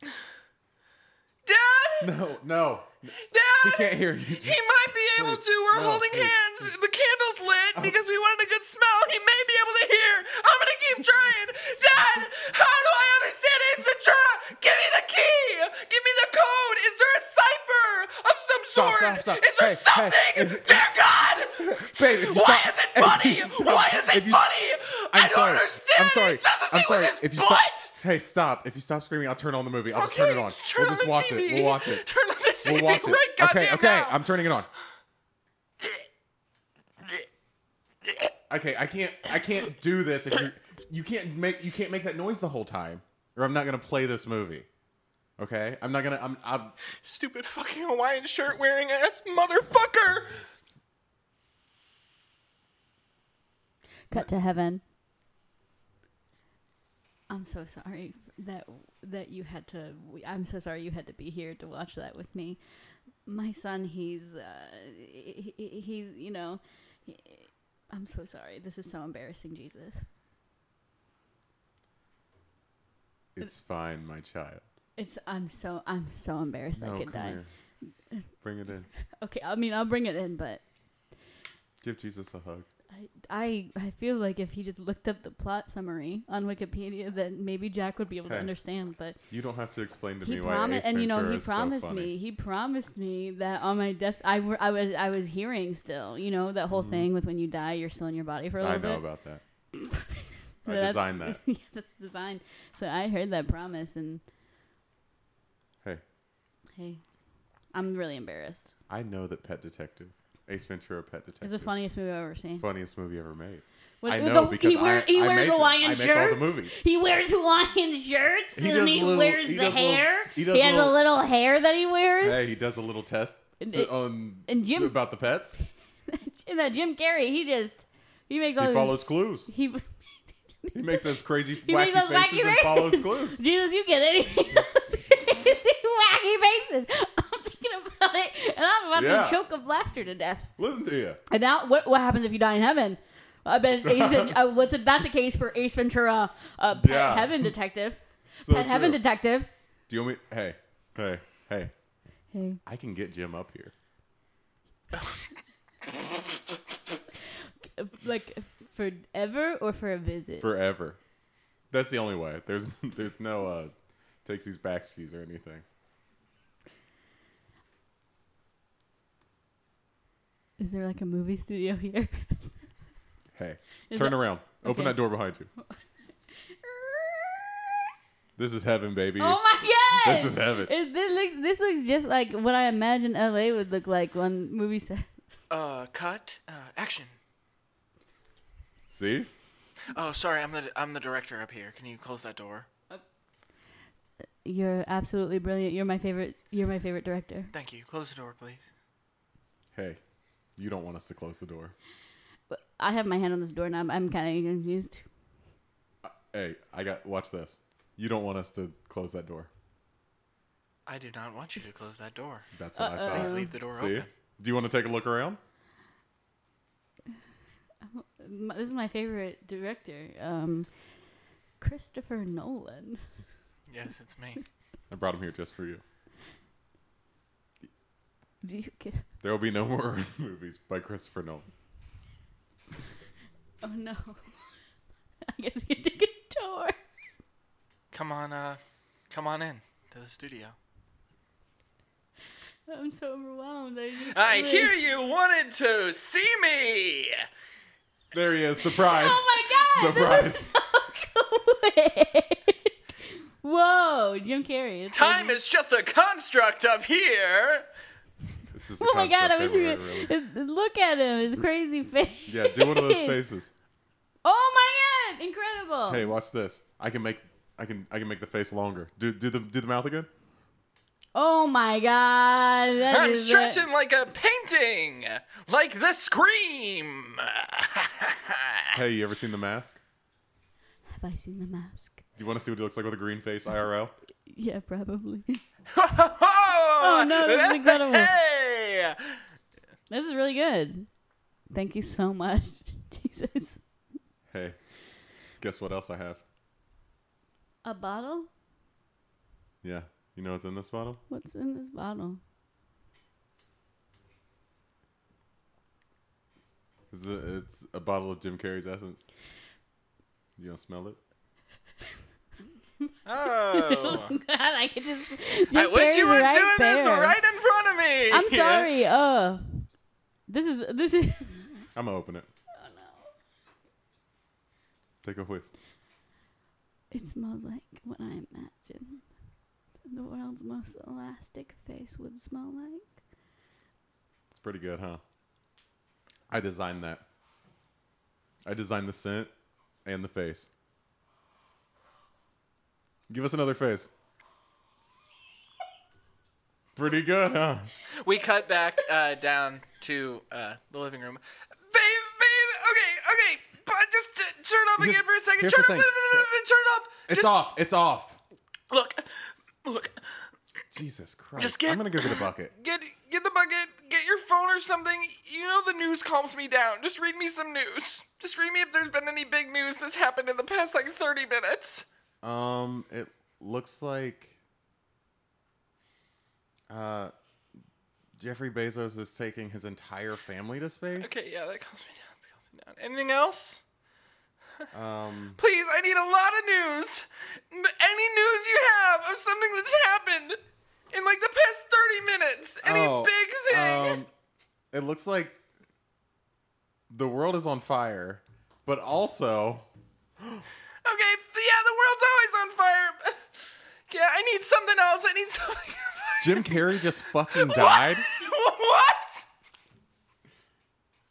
B: Dad?
C: no no
B: Dad,
C: he can't hear you
B: He might be able
C: Please,
B: to. We're
C: no, Oh.
B: holding
C: please,
B: hands.
C: please.
B: The candle's lit because we wanted a good smell. He may be able to hear. I'm gonna keep trying. Dad, how do I understand Ace Ventura? Give me the key. Give me the code. Is there a cipher of some
C: Stop,
B: sort?
C: stop, stop.
B: Is there
C: Hey, hey,
B: something?
C: if-
B: Dear God!
C: Babe, if you
B: Why
C: stop-
B: is it
C: (laughs) if
B: funny?
C: you stop-
B: Why is it
C: if you-
B: funny? I
C: I'm
B: do not
C: sorry.
B: understand.
C: I'm sorry.
B: It does the
C: I'm
B: thing
C: sorry.
B: With his
C: If you
B: butt.
C: stop, hey, stop. If you stop screaming, I'll turn on the movie. I'll just turn it
B: Okay,
C: on.
B: turn
C: we'll just
B: the
C: watch it.
B: TV.
C: We'll watch it.
B: (laughs) Turn on the TV
C: We'll watch it.
B: right
C: okay,
B: goddamn
C: okay.
B: now.
C: I'm turning it on. Okay, I can't. I can't do this. If you you can't make you can't make that noise the whole time, or I'm not gonna play this movie. Okay, I'm not gonna. I'm. I'm
B: Stupid fucking Hawaiian shirt wearing ass motherfucker.
A: Cut to heaven. I'm so sorry f- that that you had to. we- I'm so sorry you had to be here to watch that with me. My son, he's uh, he, he- he's you know, he- I'm so sorry. This is so embarrassing, Jesus.
C: It's fine, my child.
A: It's I'm so I'm so embarrassed I
C: no,
A: could
C: come
A: die.
C: here. Bring it in.
A: Okay, I mean I'll bring it in, but
C: Give Jesus a hug.
A: I, I I feel like if he just looked up the plot summary on Wikipedia, then maybe Jack would be able
C: Hey.
A: to understand. But
C: You don't have to explain to
A: he
C: me why Ace
A: promised, and you know
C: Ventura
A: he
C: is so
A: promised
C: funny.
A: me he promised me that on my death I, were, I was I was hearing still, you know that whole thing with when you die you're still in your body for a
C: Mm-hmm. I
A: little
C: know
A: bit.
C: about
A: (laughs)
C: that.
A: So
C: I
A: that's-
C: designed that.
A: (laughs) yeah, that's designed. So I heard that promise, and
C: Hey,
A: hey, I'm really embarrassed.
C: I know that Pet Detective, Ace Ventura, Pet Detective,
A: It's the funniest movie I've ever seen.
C: funniest movie ever made.
A: What-
C: I know because
A: he, wear-
C: I-
A: he
C: I
A: wears
C: make it. I
A: Hawaiian
C: make all the
A: shirts.
C: movies.
A: He wears Hawaiian shirts,
C: He does
A: and he
C: little-
A: wears
C: he
A: the
C: does little-
A: hair.
C: he
A: he,
C: does
A: has a
C: little-
A: little hair that he wears.
C: Hey, he does a little test
A: And
C: to-
A: it-
C: on
A: and Jim-
C: to- about the pets.
A: And (laughs) that Jim Carrey, he just he makes all
C: He
A: these.
C: follows clues.
A: (laughs) he (laughs)
C: He makes those crazy
A: he makes
C: wacky
A: those
C: faces
A: wacky faces (laughs)
C: and follows clues.
A: Jesus, you get it. (laughs) He does (laughs) crazy wacky faces. I'm thinking about it, and I'm about
C: Yeah.
A: to choke of laughter to death.
C: Listen to you.
A: And now, what what happens if you die in heaven? I
C: (laughs)
A: bet Ace, Ven- uh, what's it, that's a case for Ace Ventura, uh, Pet
C: Yeah.
A: Heaven Detective,
C: So
A: Pet Heaven
C: true.
A: Detective.
C: Do you want me? Hey, hey, hey.
A: Hey.
C: I can get Jim up here.
A: like forever or for a visit.
C: forever. That's the only way. There's (laughs) there's no uh takesies backsies or anything.
A: Is there like a movie studio (laughs) here?
C: Hey,
A: Is
C: turn
A: that-
C: around. Open
A: okay.
C: that door behind you. This is heaven, baby.
A: oh my god!
C: This is heaven.
A: It- this looks this looks just like what I imagine LA would look like when movie set.
B: Uh, cut. Uh, action.
C: See?
B: Oh, sorry. I'm the I'm the director up here. Can you close that door?
A: You're absolutely brilliant. You're my favorite. You're my favorite director.
B: Thank you. Close the door, please.
C: Hey, you don't want us to close the door.
A: But I have my hand on this doorknob. I'm kind of confused.
C: Hey, I got watch this. You don't want us to close that door.
B: I do not want you to close that door.
C: That's what I
B: Please
C: thought.
B: leave the door
C: See?
B: open.
C: Do you want to take a look around?
A: M- This is my favorite director, um, Christopher Nolan.
B: Yes, it's me.
C: I brought him here just for you.
A: Do you get?
C: There will be no (laughs) more Earth movies by Christopher Nolan.
A: Oh no! (laughs) I guess we can take a tour.
B: Come on, uh, come on in to the studio.
A: I'm so overwhelmed. I, just,
C: Uh,
B: I
A: like-
B: hear you wanted to see me.
C: There
A: (laughs)
C: he is. Surprise.
A: Oh my god! This is (laughs)
C: Surprise.
A: so quick. Whoa, Jim Carrey. It's
B: Time
A: crazy.
B: is just a construct up here.
C: It's just a
A: Oh my god! I
C: concept
A: wish
C: everywhere,
A: you
C: really.
A: (laughs) could- look at him. His crazy (laughs) face.
C: Yeah, do one of those faces.
A: Oh my god! Incredible.
C: Hey, watch this. I can make I can I can make the face longer. Do do the do the mouth again.
A: Oh my god! that
B: I'm
A: is uh, a-
B: stretching like a painting, like the scream.
C: Hey, you ever seen The Mask?
A: Have I seen the mask?
C: Do you want to see what he looks like with a green face IRL?
A: Yeah, probably. (laughs)
B: oh
A: no,
B: (laughs)
A: this is incredible.
B: Hey,
A: this is really good. Thank you so much, (laughs) Jesus.
C: Hey, guess what else I have?
A: A bottle?
C: Yeah, you know what's in this bottle?
A: What's in this bottle? (laughs)
C: It's a, it's a bottle of Jim Carrey's essence. You gonna smell it?
A: (laughs)
B: oh.
A: God, I could just.
B: I
A: Jim
B: wish you
A: Carrey's
B: were
A: right
B: doing this
A: there.
B: right in front of
A: (laughs)
B: me. (laughs)
A: I'm sorry. Uh, this is this is. (laughs)
C: I'm gonna open it. Take a whiff.
A: It smells like what I imagine the world's most elastic face would smell like.
C: It's pretty good, huh? I designed that. I designed the scent and the face. Give us another face. Pretty good, huh?
B: We cut back uh, down to uh, the living room. Babe, babe, okay, okay. But just t- turn up
C: Here's-
B: again for a second.
C: here's
B: Turn
C: the
B: up,
C: thing.
B: (laughs) turn up.
C: It's
B: just
C: off. It's off.
B: look, look.
C: Jesus Christ.
B: get-
C: I'm going to go get a bucket.
B: Get get the bucket. Get your phone or something. You know the news calms me down. Just read me some news. Just read me if there's been any big news that's happened in the past like 30 minutes.
C: Um, it looks like uh, Jeffrey Bezos is taking his entire family to space.
B: Okay, yeah, that calms me down. That calms me down. Anything else?
C: Um,
B: Please, I need a lot of news. M- Any news you have of something that's happened in like the past 30 minutes. Any
C: oh,
B: big thing.
C: Um, it looks like the world is on fire, but also
B: Okay, th- yeah, the world's always on fire. yeah, I need something else. I need something.
C: Jim Carrey (laughs)
B: (laughs)
C: just fucking died.
B: what?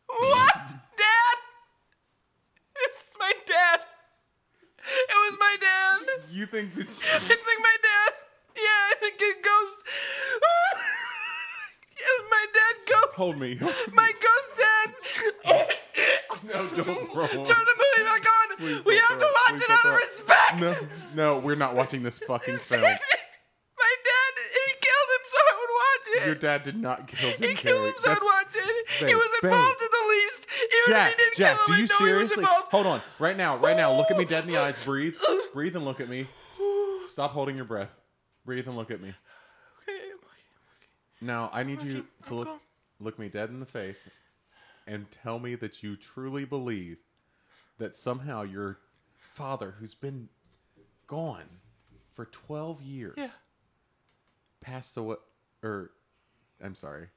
B: What? Dad? It's my dad. It was my dad.
C: You think that (laughs)
B: I think my dad. Yeah, I think it goes. (laughs) yes, my dad goes.
C: hold me?
B: My ghost dad.
C: (laughs)
B: (laughs)
C: no, don't throw him.
B: Turn the movie back on.
C: Please
B: we
C: don't
B: have to
C: throw-
B: watch
C: please
B: it
C: don't
B: out of
C: throw-
B: respect.
C: No, no, we're not watching
B: (laughs)
C: this fucking film.
B: My dad, he killed him so I would watch it.
C: Your dad did not kill Jim
B: he killed him
C: Carrey.
B: so I'd
C: That's-
B: watch it. he
C: Babe,
B: was
C: babe.
B: involved in the least. Even
C: Jack,
B: if he didn't
C: Jack,
B: kill
C: do
B: him,
C: you
B: I know he was
C: seriously?
B: involved.
C: Hold on, right now, right now. Look at me dead in the eyes.
B: (sighs)
C: Breathe, breathe, and look at me. Stop holding your breath. Breathe and look at me.
B: Okay, I'm okay.
C: Now I need you to
B: I'm
C: look
B: calm.
C: look me dead in the face and tell me that you truly believe that somehow your father who's been gone for 12 years
B: Yeah.
C: passed away or I'm sorry,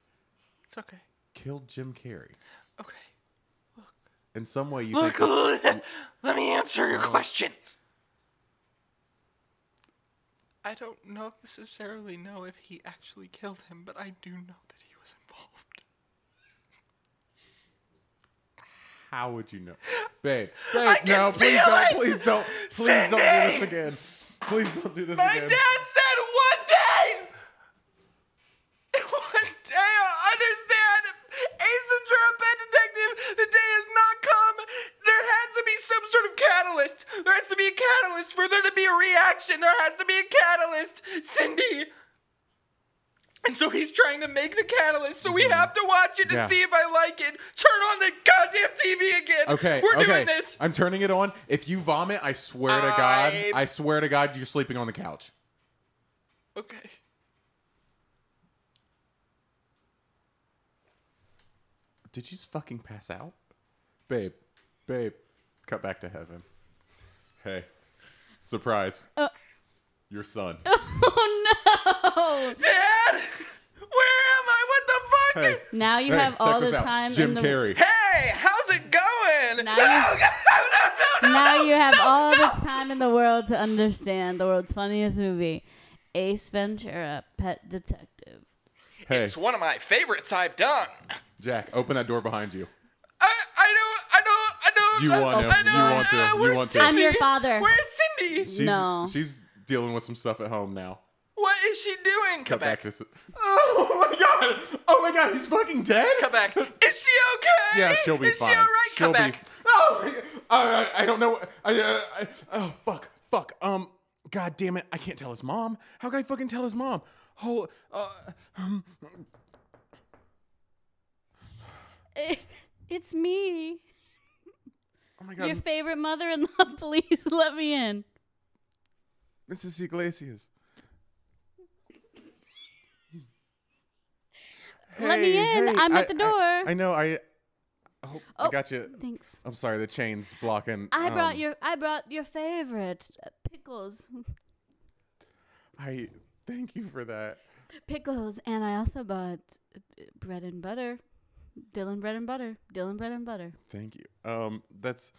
B: It's okay.
C: killed Jim Carrey.
B: Okay.
C: In some way you Uh-huh.
B: Look,
C: think
B: (laughs) let me answer your question. I don't know necessarily know if he actually killed him, but I do know that he was involved.
C: how would you know? Babe, babe,
B: I can
C: no, please
B: feel
C: don't,
B: it!
C: please don't, please don't do this
B: Cindy!
C: again. Please don't do this
B: My
C: again.
B: dad said one day, (laughs) one day I'll understand. Ace Ventura, Pet Detective, the day has not come. There has to be some sort of catalyst. There has to be a catalyst for there to be a reaction. There has to be a catalyst, Cindy. And so he's trying to make the catalyst, so we have to watch it to
C: Mm-hmm. Yeah.
B: see if I like it. Turn on the goddamn TV again.
C: Okay,
B: We're
C: okay.
B: doing this.
C: I'm turning it on. If you vomit, I swear to God,
B: I-
C: I swear to God, you're sleeping on the couch.
B: Okay.
C: Did you just fucking pass out, babe? Babe, cut back to heaven. Hey, surprise!
A: Uh.
C: your son.
A: Oh no!
B: Dad! (laughs) Where am I? What the fuck?
C: Hey,
A: Now you
C: hey,
A: have
C: check
A: all
C: this
A: the
C: out.
A: time.
C: Jim
A: in the,
C: Carrey.
B: Hey, how's it going?
A: Now
B: no,
A: you-
B: no, no,
A: (laughs)
B: no,
A: Now
B: no,
A: you have
B: no,
A: all
B: no.
A: the time in the world to understand the world's funniest movie, Ace Ventura: Pet Detective.
C: Hey,
B: It's one of my favorites I've done.
C: Jack, open that door behind you.
B: I, I know, I know, I know.
C: You
B: I,
C: want
B: I
C: to.
B: know,
C: You want to.
B: uh,
C: You
B: where's
C: want to.
B: Cindy?
A: I'm your father.
B: Where's Cindy?
C: She's
A: No.
C: she's dealing with some stuff at home now.
B: What is she doing?
C: Cut
B: Come back.
C: back to. s- Oh my God! Oh my God! He's fucking dead.
B: Come
C: (laughs)
B: back. Is she okay?
C: Yeah, she'll be
B: is
C: fine.
B: she all right?
C: She'll
B: Come
C: be.
B: back.
C: Oh, I, I I don't know. I, uh, I, oh, fuck, fuck. Um, god damn it, I can't tell his mom. How can I fucking tell his mom? Oh, uh, um,
A: It's me,
C: oh my
A: your
C: god,
A: favorite mother-in-law. (laughs) Please let me in.
C: Mrs. Iglesias.
A: Let me in. I'm at the door.
C: I, I know. I. Oh, I
A: Oh.
C: got you.
A: Thanks.
C: I'm sorry. The chain's blocking.
A: I brought
C: um,
A: your I brought your favorite uh, pickles,
C: I thank you for that.
A: pickles, and I also bought uh, uh, bread and butter. Dylan bread and butter. Dylan bread and butter.
C: Thank you. Um, that's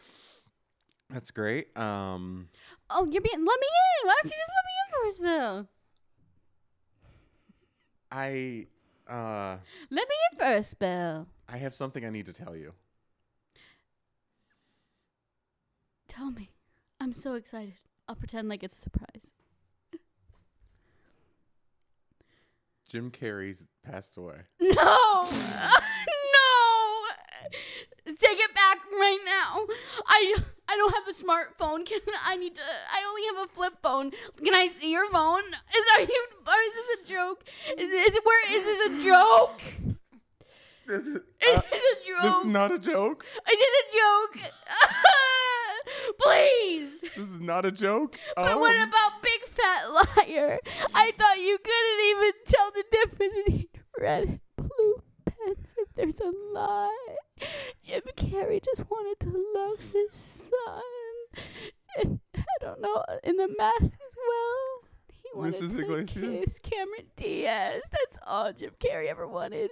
C: that's great. Um.
A: Oh, you're being. Let me in. Why don't you just let me in first, Bill?
C: I uh
A: Let me in first, Bill.
C: I have something I need to tell you.
A: Tell me. I'm so excited. I'll pretend like it's a surprise. (laughs)
C: Jim Carrey's passed
A: (laughs)
C: away.
A: No! no! Take it back right now. I I don't have a smartphone. (laughs) Can I need to I only have a flip phone. Can I see your phone? Is are you or is this a joke? Is, is it where is this a joke? Is (laughs) this a joke?
C: This is Uh, not a joke.
A: Is this a joke? (laughs) Please.
C: This is not a joke. Um,
A: But what
C: Oh.
A: about Big Fat Liar? I thought you couldn't even tell the difference between red and blue pants if there's a lie. Jim Carrey just wanted to love his son. And I don't know, in the mask as well. He wanted
C: Mrs.
A: to
C: Iglesias?
A: kiss Cameron Diaz. That's all Jim Carrey ever wanted.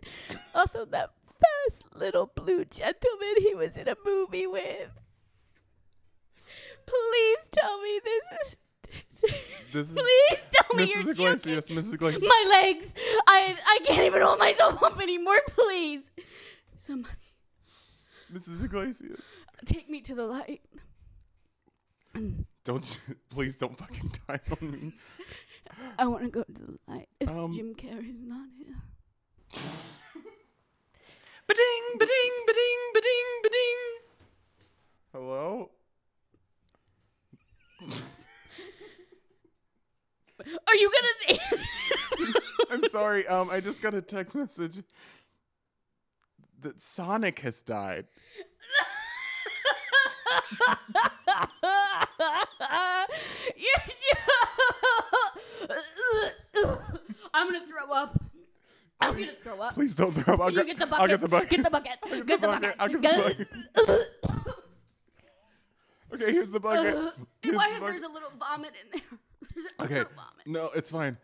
A: also, that fast little blue gentleman he was in a movie with. Please tell me this is.
C: This is-
A: Please tell me
C: Mrs.
A: you're
C: Iglesias,
A: joking.
C: Mrs. Iglesias.
A: My legs. I I can't even hold myself up anymore. Please, somebody
C: Mrs. Iglesias.
A: take me to the light.
C: Don't you- (laughs) please don't fucking die on me.
A: I want to go to the light. If
C: Um,
A: Jim Carrey's not here.
B: Ba-ding, ba-ding, ba-ding, ba-ding, ba-ding.
C: Hello?
A: Are you gonna? (laughs) answer? (laughs)
C: I'm sorry. Um, I just got a text message that Sonic has died.
A: You- (laughs) I'm gonna throw up. I'm gonna throw up.
C: Please don't throw up. I'll,
A: You
C: get,
A: get the bucket.
C: I'll get the bucket.
A: Get the bucket. Get the bucket.
C: I'll get the bucket. Okay, here's
A: (laughs)
C: the bucket. Here's
A: Why
C: the
A: have there's
C: bucket.
A: a little vomit in there? (laughs) There's a
C: Okay.
A: little vomit. (laughs)
C: No, it's fine.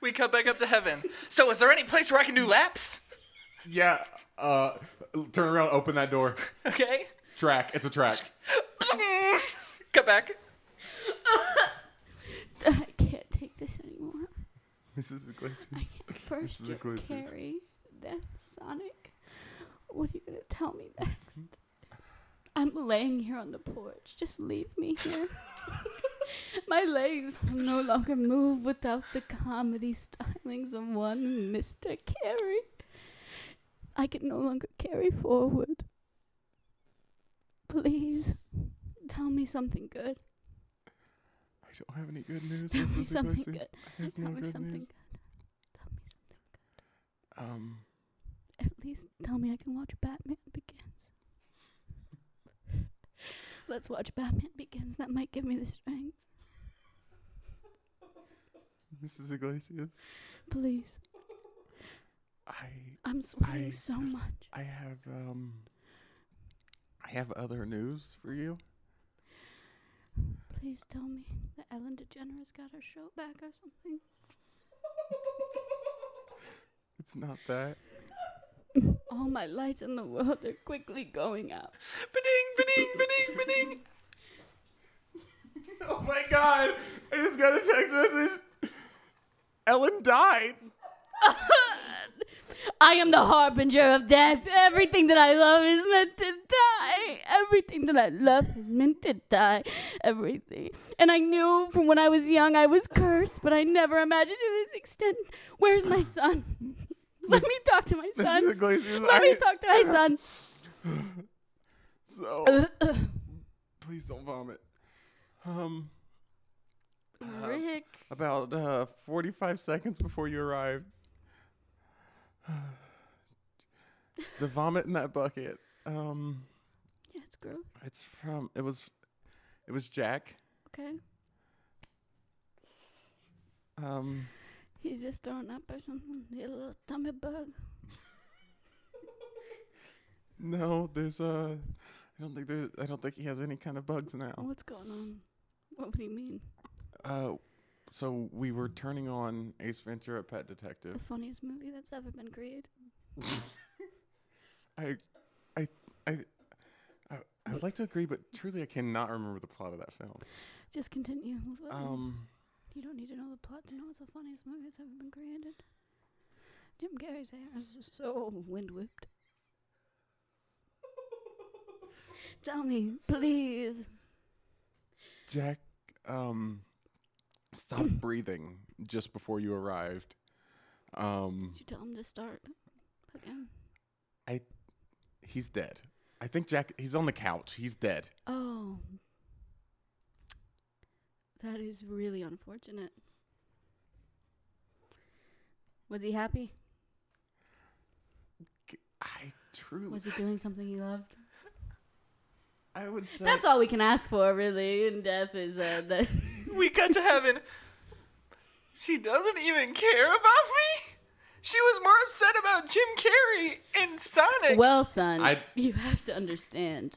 B: We cut back up to heaven. So, is there any place where I can do laps?
C: Yeah. Uh, turn around. Open that door.
B: Okay.
C: Track. It's a track.
A: (laughs)
B: cut back.
A: I can't take this anymore.
C: Mrs. Iglesias.
A: I can't. (laughs) First,
C: is
A: Jim
C: Iglesias.
A: Carrey, then Sonic. What are you gonna tell
C: (laughs)
A: me next? I'm laying here on the porch. Just leave me
C: (laughs)
A: here. My legs will no longer move without the comedy stylings of one Mr. Carey. I can no longer carry forward. Please, tell me something good.
C: I don't have any good
A: (laughs)
C: news,
A: Tell
C: Mrs.
A: me something
C: Iglesias.
A: good.
C: I have
A: Tell
C: no
A: me
C: good
A: something
C: news.
A: good. Tell me something.
C: Um,
A: At least tell me I can watch Batman Begins. (laughs) Let's watch Batman Begins. That might give me the strength.
C: Mrs. Iglesias.
A: Please.
C: I
A: I'm sweating
C: I-
A: so much.
C: I have um I have other news for you.
A: Please tell me that Ellen DeGeneres got her show back or something.
C: It's not that.
A: All my lights in the world are quickly going out.
B: Ba-ding, ba-ding, ba-ding, ba-ding.
C: (laughs) Oh my god! I just got a text message. Ellen died.
A: I am the harbinger of death. Everything that I love is meant to die. Everything that I love is meant to die. Everything. And I knew from when I was young I was cursed, but I never imagined to this extent. Where's my son? (laughs) Let me talk to my
C: Mrs.
A: son.
C: Iglesias.
A: Let me
C: I,
A: talk to my son.
C: so please don't vomit. Um
A: Rick.
C: about uh 45 seconds before you arrived. (sighs) the vomit in that bucket. Um
A: Yeah, it's gross.
C: it's from it was it was Jack.
A: Okay.
C: Um
A: He's just throwing up or something. He had a little tummy bug.
C: No, there's uh I don't think there I don't think he has any kind of bugs now.
A: Oh, What's going on? What would he mean?
C: Uh so we were turning on Ace Ventura Pet
A: The
C: Detective.
A: funniest movie that's ever been created.
C: I I I I I would like to agree, but truly I cannot remember the plot of that film.
A: Just continue. with what you-
C: Um
A: You don't need to know the plot to know it's the funniest movie that's ever been created. Jim Carrey's hair is just so wind (laughs) whipped. Tell me, please.
C: Jack um
A: (clears throat)
C: stopped breathing just before you arrived. Um
A: Did you tell him to start again?
C: he's dead. I think Jack he's on the couch. He's dead.
A: Oh. That is really unfortunate. Was he happy?
C: I truly,
A: Was he doing something he loved?
C: I would say
A: That's all we can ask for, really, in death is uh, that.
B: We got to heaven. She doesn't even care about me. She was more upset about Jim Carrey and Sonic.
A: well, son,
C: I-
A: you have to understand.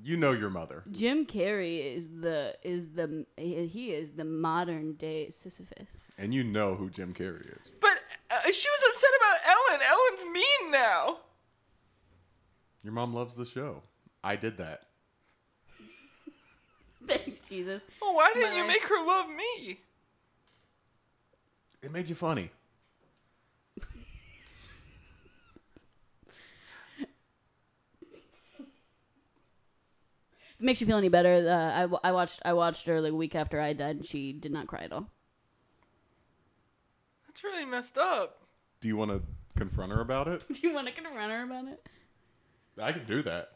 C: you know your mother.
A: Jim Carrey is the is the he is the modern day Sisyphus. (laughs)
C: And you know who Jim Carrey is.
B: but uh, she was upset about Ellen. Ellen's mean now.
C: Your mom loves the show. I did that.
A: Thanks, Jesus.
B: Well, why didn't
A: My
B: you
A: life-
B: make her love me?
C: It made you funny.
A: If it makes you feel any better, uh, I, wa- I watched I watched her like a week after I died, and she did not cry at all. (laughs)
B: That's really messed up.
C: Do you want to confront her about it?
A: Do you want to get around her about it?
C: I can do that.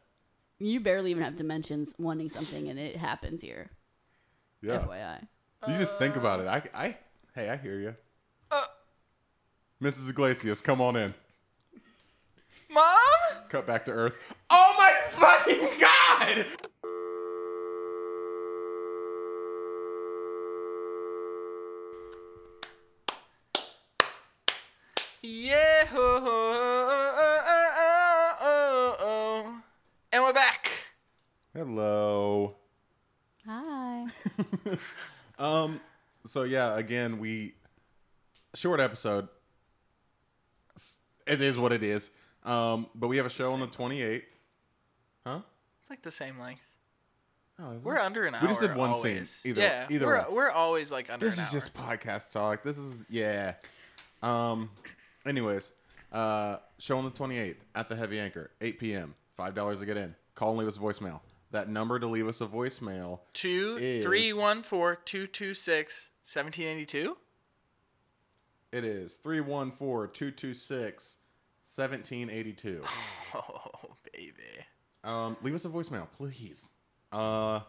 A: You barely even have dimensions wanting something, and it happens here.
C: Yeah.
A: FYI.
C: You just think about it. I, I, hey, I hear you.
B: Uh,
C: Mrs. Iglesias, come on in.
B: Mom?
C: Cut back to Earth. Oh my fucking god!
B: Yeah. ho, ho, oh, oh, oh. And we're back.
C: Hello.
A: Hi.
C: Um. So yeah, again, we short episode. S- It is what it is. Um. But we have a show on the twenty eighth. Huh?
B: It's like the same length.
C: Oh, is it?
B: We're under an hour.
C: We just did one scene.
B: always.
C: Either-
B: yeah,
C: either
B: we're,
C: one.
B: we're always like under
C: This
B: an
C: is
B: hour.
C: just podcast talk. This is yeah. Um. Anyways, uh, show on the twenty eighth at the Heavy Anchor, eight p.m. Five dollars to get in. Call and leave us a voicemail. That number to leave us a voicemail
B: Two,
C: is-
B: three, one, four, two, two, six, seventeen, eighty-two. (laughs)
C: It is 314 226 1782.
B: Oh, baby.
C: Um, leave us a voicemail, please. Uh,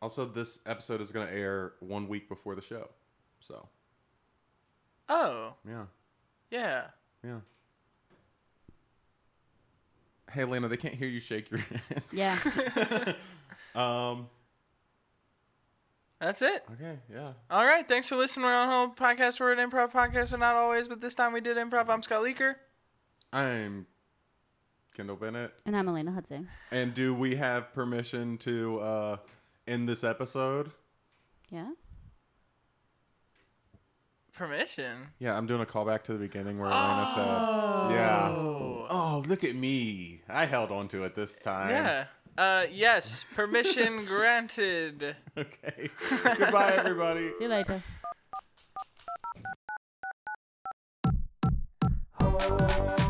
C: also, this episode is going to air one week before the show. So,
B: Oh,
C: yeah.
B: yeah.
C: Yeah. Hey, Lena, they can't hear you shake your (laughs) head.
A: Yeah.
C: Um,
B: That's it.
C: okay, yeah.
B: All right. Thanks for listening. We're on home podcast. We're an improv podcast. We're not always, but this time we did improv. I'm Scott Leaker.
C: I'm Kendall Bennett.
A: And I'm Elena Hudson.
C: And do we have permission to uh, end this episode?
A: Yeah.
B: Permission.
C: Yeah, I'm doing a callback to the beginning where Elena said, "Yeah, oh look at me, I held on to it this time."
B: Yeah. Uh, yes. Permission granted.
C: (laughs) Okay. Goodbye, everybody.
A: (laughs) See you later.
B: Home